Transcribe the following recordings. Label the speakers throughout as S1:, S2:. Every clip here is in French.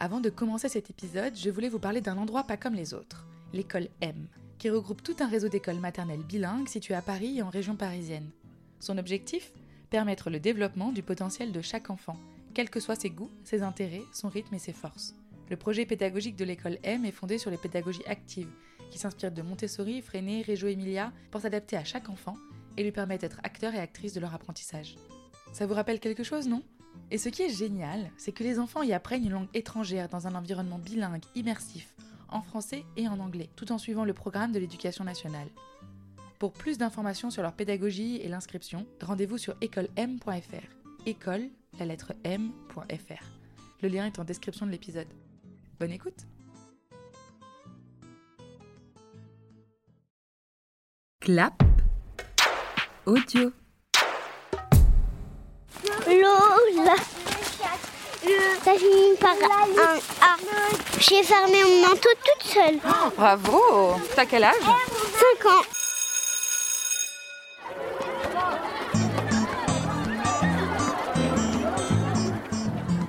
S1: Avant de commencer cet épisode, je voulais vous parler d'un endroit pas comme les autres, l'école M, qui regroupe tout un réseau d'écoles maternelles bilingues situées à Paris et en région parisienne. Son objectif Permettre le développement du potentiel de chaque enfant, quels que soient ses goûts, ses intérêts, son rythme et ses forces. Le projet pédagogique de l'école M est fondé sur les pédagogies actives, qui s'inspirent de Montessori, Freinet, Reggio Emilia, pour s'adapter à chaque enfant et lui permettre d'être acteur et actrice de leur apprentissage. Ça vous rappelle quelque chose, non Et ce qui est génial, c'est que les enfants y apprennent une langue étrangère dans un environnement bilingue, immersif, en français et en anglais, tout en suivant le programme de l'éducation nationale. Pour plus d'informations sur leur pédagogie et l'inscription, rendez-vous sur écolem.fr. École, la lettre m.fr. Le lien est en description de l'épisode. Bonne écoute
S2: Clap audio.
S3: Lola. Ça finit par un A. J'ai fermé mon manteau toute seule.
S4: Oh,
S5: Bravo T'as quel âge
S3: 5 ans.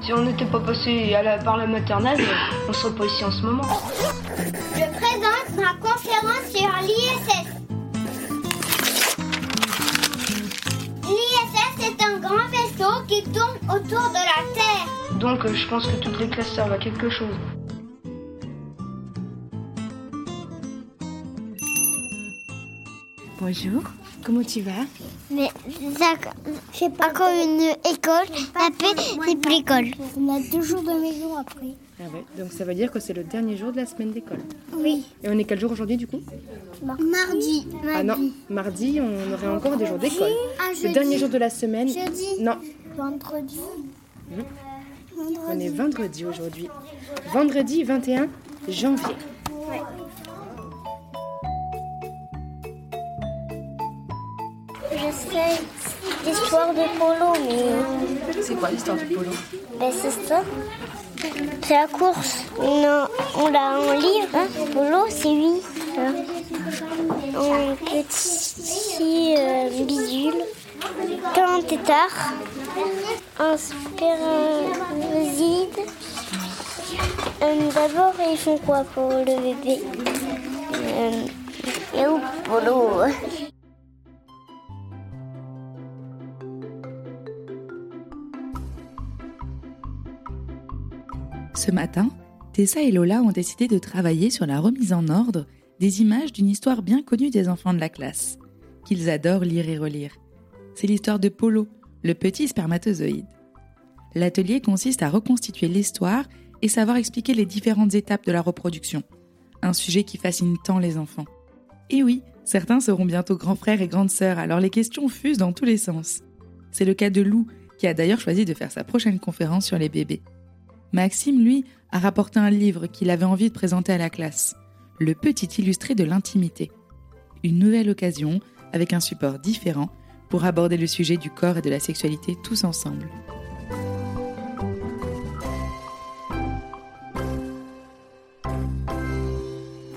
S6: Si on n'était pas passé à la, par la maternelle, on serait pas ici en ce moment.
S3: Je présente ma conférence sur l'ISS. L'ISS est un grand vaisseau qui tourne autour de la Terre.
S6: Donc euh, je pense que toutes les classes servent à quelque chose.
S4: Bonjour, comment tu vas
S3: Mais c'est pas encore une école appelée l'école. On a deux jours de maison après.
S4: Ah ouais, donc ça veut dire que c'est le dernier jour de la semaine d'école.
S3: Oui.
S4: Et on est quel jour aujourd'hui du coup
S3: Mardi.
S4: Ah non, mardi on aurait encore des jours d'école.
S3: Ah,
S4: Le dernier jour de la semaine.
S3: Jeudi.
S4: Non,
S3: Vendredi.
S4: on est vendredi aujourd'hui. Vendredi 21 janvier.
S3: Je sais l'histoire de Polo, mais
S1: C'est quoi l'histoire du polo
S3: ben, c'est ça. C'est la course. Non, on l'a en livre. hein. Polo, c'est lui. hein. Un petit euh, bidule. Tant tétard. Un spermoside. Euh, D'abord, ils font quoi pour le bébé Euh, Et où Polo
S1: Ce matin, Tessa et Lola ont décidé de travailler sur la remise en ordre des images d'une histoire bien connue des enfants de la classe, qu'ils adorent lire et relire. C'est l'histoire de Polo, le petit spermatozoïde. L'atelier consiste à reconstituer l'histoire et savoir expliquer les différentes étapes de la reproduction, un sujet qui fascine tant les enfants. Et oui, certains seront bientôt grands frères et grandes sœurs, alors les questions fusent dans tous les sens. C'est le cas de Lou, qui a d'ailleurs choisi de faire sa prochaine conférence sur les bébés. Maxime, lui, a rapporté un livre qu'il avait envie de présenter à la classe, Le petit illustré de l'intimité. Une nouvelle occasion, avec un support différent, pour aborder le sujet du corps et de la sexualité tous ensemble.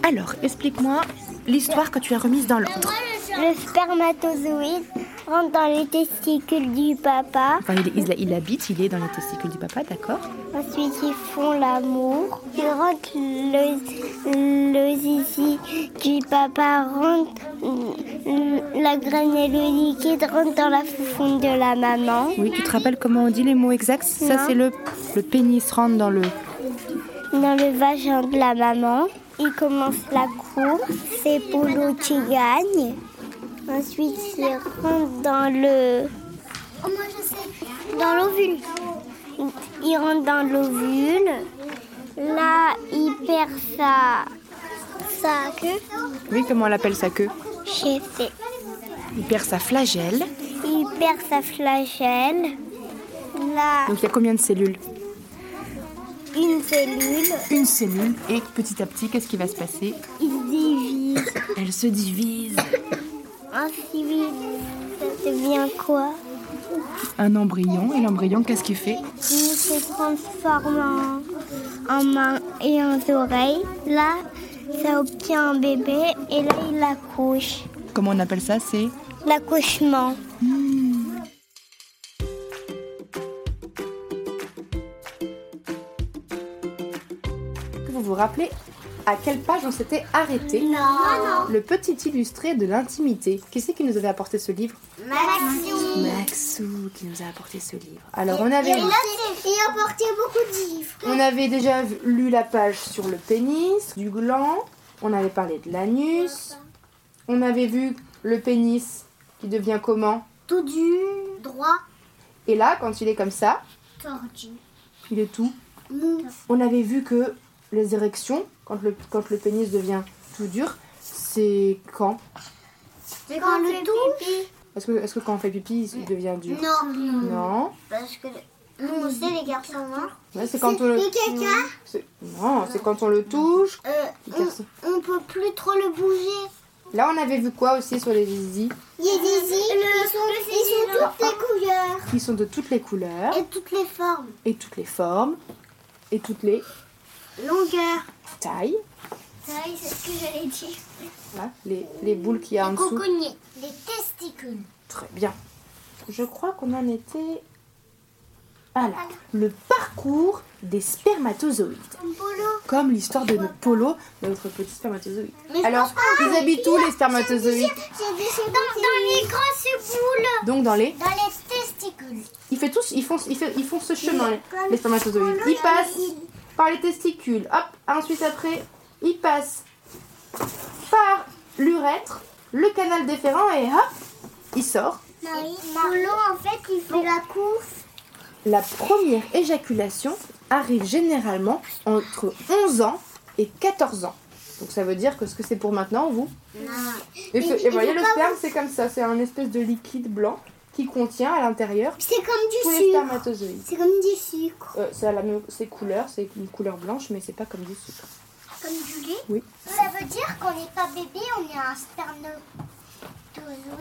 S7: Alors, explique-moi l'histoire que tu as remise dans l'ordre.
S3: Le spermatozoïde rentre dans les testicules du papa.
S7: Enfin, il, il- il habite, il est dans les testicules du papa, d'accord
S3: Ensuite, ils font l'amour. Ils rentrent le, le zizi du papa, rentre euh, la graine et le liquide rentrent dans la foufoune de la maman.
S7: Oui, tu te rappelles comment on dit les mots exacts Ça, c'est le, le pénis rentre dans le...
S3: Dans le vagin de la maman. Ils commencent la course. C'est Polo qui gagne. Ensuite, ils rentrent dans le. Dans l'ovule. Il rentre dans l'ovule. Là, il perd sa. sa queue.
S7: Oui, comment on appelle sa queue
S3: J'ai fait.
S7: Il perd sa flagelle.
S3: Il perd sa flagelle. Là,
S7: Donc, il y a combien de cellules
S3: une cellule,
S7: Une cellule. Et petit à petit, qu'est-ce qui va se passer
S3: il se divise.
S7: Elle se divise.
S3: Un civil, ça devient quoi
S7: Un embryon. Et l'embryon, qu'est-ce qu'il fait
S3: Il se transforme en, en main et en oreille. Là, ça obtient un bébé et là, il accouche.
S7: Comment on appelle ça C'est...
S3: L'accouchement.
S7: vous vous rappelez à quelle page on s'était arrêté Le petit illustré de l'intimité. Qui c'est qui nous avait apporté ce livre
S4: Maxime.
S7: Maxou qui nous a apporté ce livre. Alors on avait,
S4: il a porté beaucoup de livres.
S7: on avait déjà vu- lu la page sur le pénis, du gland, on avait parlé de l'anus, on avait vu le pénis qui devient comment
S4: Tout du droit
S7: Et là, quand il est comme ça,
S4: tordu.
S7: il est tout. On avait vu que les érections, quand le, quand le pénis devient tout dur, c'est quand
S4: C'est quand le tout
S7: Est-ce que, est que quand on fait pipi, il devient dur
S4: Non.
S7: Non.
S4: Parce que nous, c'est les garçons, hein. non
S7: Ouais, c'est quand on le. Hmm.
S4: caca,
S7: c'est- Non, c'est quand on le touche.
S4: euh,
S7: Il perce.
S4: on, on peut plus trop le bouger.
S7: Là, on avait vu quoi aussi sur les zizi
S4: Il y a des îles, ils sont, ils sont toutes les couleurs
S7: Qui sont de toutes les couleurs,
S4: et toutes les formes.
S7: et toutes les formes, et toutes les
S4: Longueur.
S7: tailles.
S4: Oui, c'est ce que j'allais dire.
S7: Voilà, les, les boules qu'il y a en dessous.
S4: Coconnier. Les testicules.
S7: Très bien. Je crois qu'on en était. Voilà. Le parcours des spermatozoïdes. Comme l'histoire de notre polo, notre petit spermatozoïde. Alors, ils habitent où les spermatozoïdes
S4: Dans, les grosses boules.
S7: Donc dans les.
S4: Dans les testicules.
S7: Ils, fait tous, ils, font, ils, fait- ils font ce chemin, les, les spermatozoïdes. Ils passent par les testicules. Hop, ensuite après, ils passent par l'urètre, le canal déférent et hop, ils sortent.
S4: Polo, en fait, il fait la course.
S7: La première éjaculation arrive généralement entre 11 ans et 14 ans. Donc ça veut dire que ce que c'est pour maintenant, vous Et, ce-
S4: Mais
S7: et
S4: il
S7: voyez,
S4: faut
S7: le
S4: pas
S7: sperme, c'est comme ça. C'est un espèce de liquide blanc qui contient à l'intérieur
S4: C'est comme
S7: tous
S4: du
S7: les
S4: sucre.
S7: spermatozoïdes.
S4: C'est comme du sucre.
S7: Euh, ça a la même, c'est couleur, c'est une couleur blanche, mais c'est pas comme du sucre.
S4: Comme du lait
S7: Oui.
S4: Ça veut dire qu'on n'est pas bébé, on est un spermatozoïde.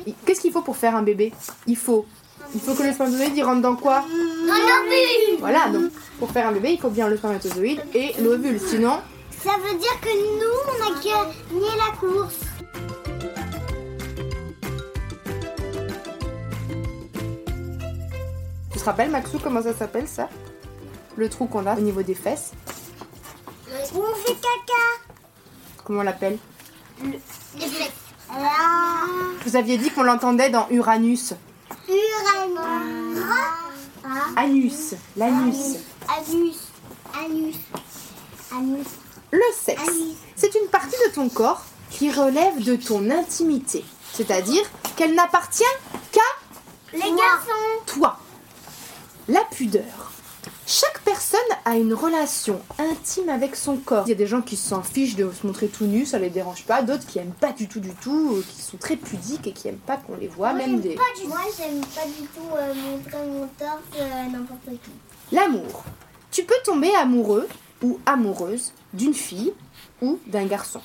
S7: Il- Qu'est-ce qu'il faut pour faire un bébé Il faut, il faut que le spermatozoïde il rentre dans quoi
S4: Dans l'ovule
S7: Voilà. Donc pour faire un bébé, il faut bien le spermatozoïde et l'ovule. Sinon,
S4: Ça veut dire que nous, on a gagné la course.
S7: tu te rappelles Maxou comment ça s'appelle ça Le trou qu'on a au niveau des fesses.
S4: Où on fait caca
S7: Comment on l'appelle
S4: Les fêtes. Ah,
S7: Vous aviez dit qu'on l'entendait dans Uranus.
S4: Uranus. Ah,
S7: Anus. L'anus.
S4: anus. Anus. Anus.
S7: Le sexe. C'est une partie de ton corps qui relève de ton intimité. C'est-à-dire qu'elle n'appartient qu'à
S4: Les garçons.
S7: toi. La pudeur. Chaque personne a une relation intime avec son corps. Il y a des gens qui s'en fichent de se montrer tout nu, ça les dérange pas. D'autres qui aiment pas du tout, du tout, euh, qui sont très pudiques et qui aiment pas qu'on les voit, même des.
S4: Pas du Moi, j'aime pas du tout euh, montrer mon torse à n'importe qui.
S7: L'amour. Tu peux tomber amoureux ou amoureuse d'une fille ou d'un garçon.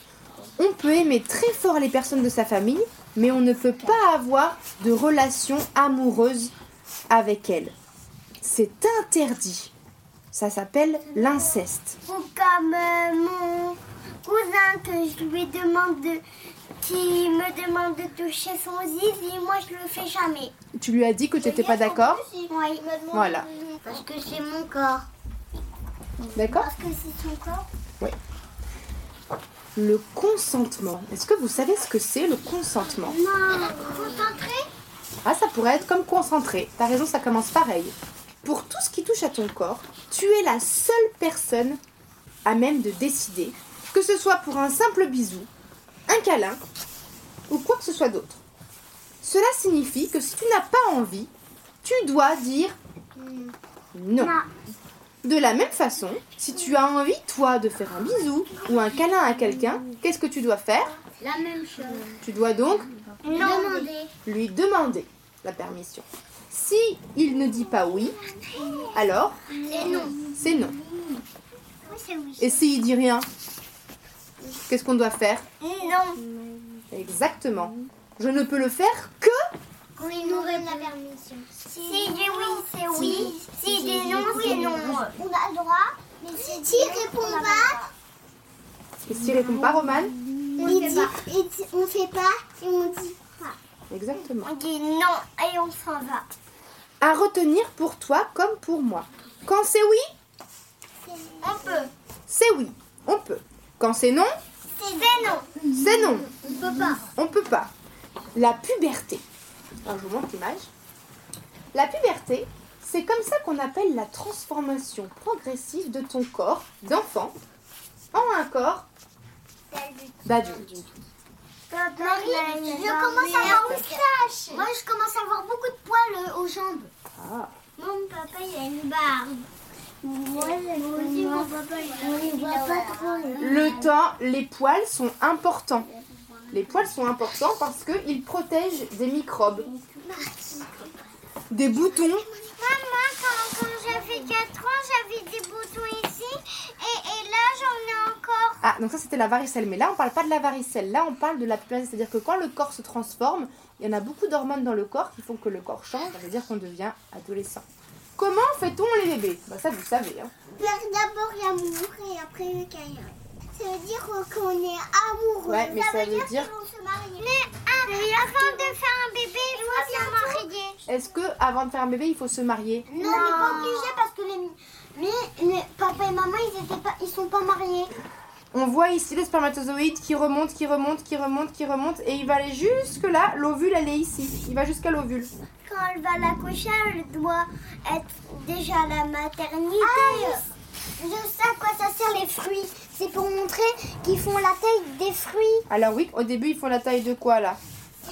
S7: On peut aimer très fort les personnes de sa famille, mais on ne peut pas avoir de relation amoureuse avec elles. C'est interdit. Ça s'appelle l'inceste.
S4: Ou comme euh, mon cousin que je lui demande de, qui me demande de toucher son zizi, moi je le fais jamais.
S7: Tu lui as dit que tu n'étais pas d'accord
S4: Oui.
S7: Voilà.
S4: Parce que c'est mon corps.
S7: D'accord
S4: Parce que c'est son corps.
S7: Le consentement. Est-ce que vous savez ce que c'est le consentement
S4: Non. Concentré.
S7: Ah, ça pourrait être comme concentré. T'as raison, ça commence pareil. Pour tout ce qui touche à ton corps, tu es la seule personne à même de décider, que ce soit pour un simple bisou, un câlin ou quoi que ce soit d'autre. Cela signifie que si tu n'as pas envie, tu dois dire non. De la même façon, si tu as envie, toi, de faire un bisou ou un câlin à quelqu'un, qu'est-ce que tu dois faire
S4: La même chose.
S7: Tu dois donc
S4: Non. Demander.
S7: lui demander la permission. Si il ne dit pas oui, alors
S4: C'est non.
S7: c'est non.
S4: Oui, c'est oui.
S7: Et s'il dit rien, qu'est-ce qu'on doit faire
S4: Non.
S7: Exactement. Je ne peux le faire que
S4: Oui, nous donne la permission. Si il dit oui, c'est oui. Si il dit non, c'est non. On a le droit. Mais si il répond pas,
S7: Et s'il répond pas, Roman
S4: On ne fait pas. on fait pas et on dit pas.
S7: Exactement.
S4: On dit non et on s'en va.
S7: À retenir pour toi comme pour moi. Quand c'est oui,
S4: On peut.
S7: c'est oui. On peut. Quand c'est non,
S4: C'est non.
S7: c'est non.
S4: On peut pas.
S7: On peut pas. La puberté. Alors, je vous montre l'image. La puberté, c'est comme ça qu'on appelle la transformation progressive de ton corps d'enfant en un corps d'adulte.
S4: Marie, je commence à avoir une sache. hein. Moi, je commence à avoir beaucoup de poils euh, aux jambes.
S7: Ah.
S4: Mon papa, il a une barbe. Moi, aussi, mon papa, on ne voit pas trop. hein.
S7: Le temps, les poils sont importants. Les poils sont importants parce qu'ils protègent des microbes, des boutons.
S4: Maman, quand, quand j'avais 4 ans, j'avais des boutons ici et, et là, j'en ai encore.
S7: Ah, donc ça c'était la varicelle. Mais là, on parle pas de la varicelle. Là, on parle de la puberté. C'est-à-dire que quand le corps se transforme, il y en a beaucoup d'hormones dans le corps qui font que le corps change. Ça veut dire qu'on devient adolescent. Comment fait-on les bébés Bah ça, vous savez. hein.
S4: D'abord l'amour et après le câlin. Ça veut dire qu'on est amoureux.
S7: Ouais, mais ça veut dire.
S4: qu'on se marie. Mais avant de faire un bébé, il faut se marier.
S7: Est-ce que avant de faire un bébé, il faut se marier
S4: Non, on n'est pas obligé parce que les... Mais, les papa et maman, ils étaient pas, ils sont pas mariés.
S7: On voit ici le spermatozoïde qui remonte, qui remonte, qui remonte, qui remonte, et il va aller jusque là. L'ovule, elle est ici. Il va jusqu'à l'ovule.
S4: Quand elle va l'accoucher, elle doit être déjà à la maternité. je, je sais à quoi ça sert les fruits. C'est pour montrer qu'ils font la taille des fruits.
S7: Alors oui, au début, ils font la taille de quoi là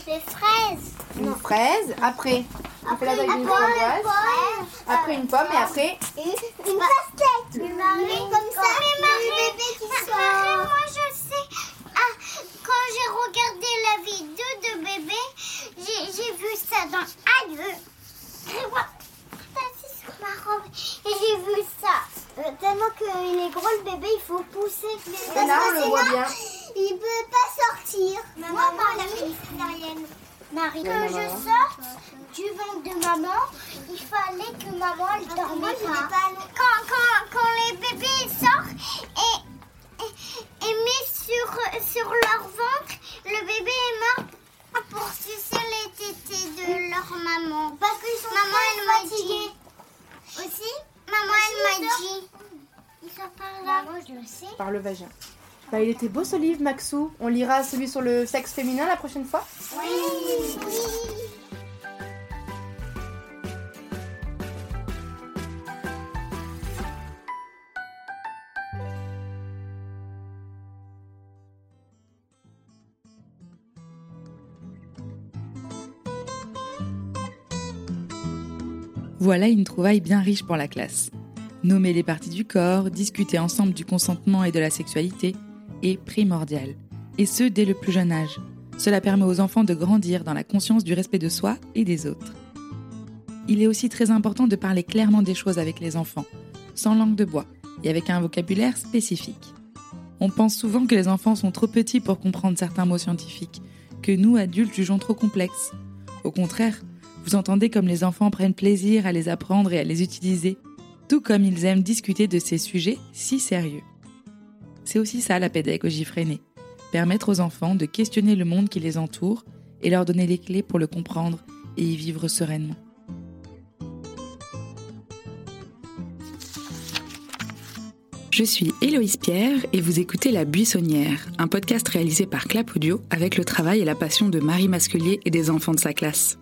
S4: Des fraises.
S7: Une fraise. Après, on fait la taille d'une framboise. Après une pomme, et après
S4: Une casquette. Une marée comme ça. bébé qui moi je sais. Ah, quand j'ai regardé la vidéo de bébé, j'ai j'ai vu ça dans Adieu. Regarde, assis sur ma robe et j'ai vu ça. Euh, tellement qu'il est gros le bébé, il faut pousser.
S7: Et là, on le voit bien.
S4: Il peut pas sortir. Moi, par la végétarienne. Marie, que je sorte du ventre de maman, il fallait que maman elle dormait pas. Quand, quand, quand les bébés ils sortent et, et, et mis sur, sur leur ventre, le bébé est mort Ah, pour sucer les tétés de leur maman. Parce qu'ils sont maman, elle m'a dit. Aussi Maman, elle m'a dit. Ils sont par là. Maman, je le sais.
S7: par le vagin. Bah, il était beau ce livre, Maxou. On lira celui sur le sexe féminin la prochaine fois.
S4: oui.
S1: Voilà une trouvaille bien riche pour la classe. Nommer les parties du corps, discuter ensemble du consentement et de la sexualité est primordial. Et ce, dès le plus jeune âge. Cela permet aux enfants de grandir dans la conscience du respect de soi et des autres. Il est aussi très important de parler clairement des choses avec les enfants, sans langue de bois et avec un vocabulaire spécifique. On pense souvent que les enfants sont trop petits pour comprendre certains mots scientifiques, que nous, adultes, jugeons trop complexes. Au contraire, vous entendez comme les enfants prennent plaisir à les apprendre et à les utiliser, tout comme ils aiment discuter de ces sujets si sérieux. C'est aussi ça la pédagogie freinée, permettre aux enfants de questionner le monde qui les entoure et leur donner les clés pour le comprendre et y vivre sereinement.
S8: Je suis Héloïse Pierre et vous écoutez La Buissonnière, un podcast réalisé par Clap Audio avec le travail et la passion de Marie Masculier et des enfants de sa classe.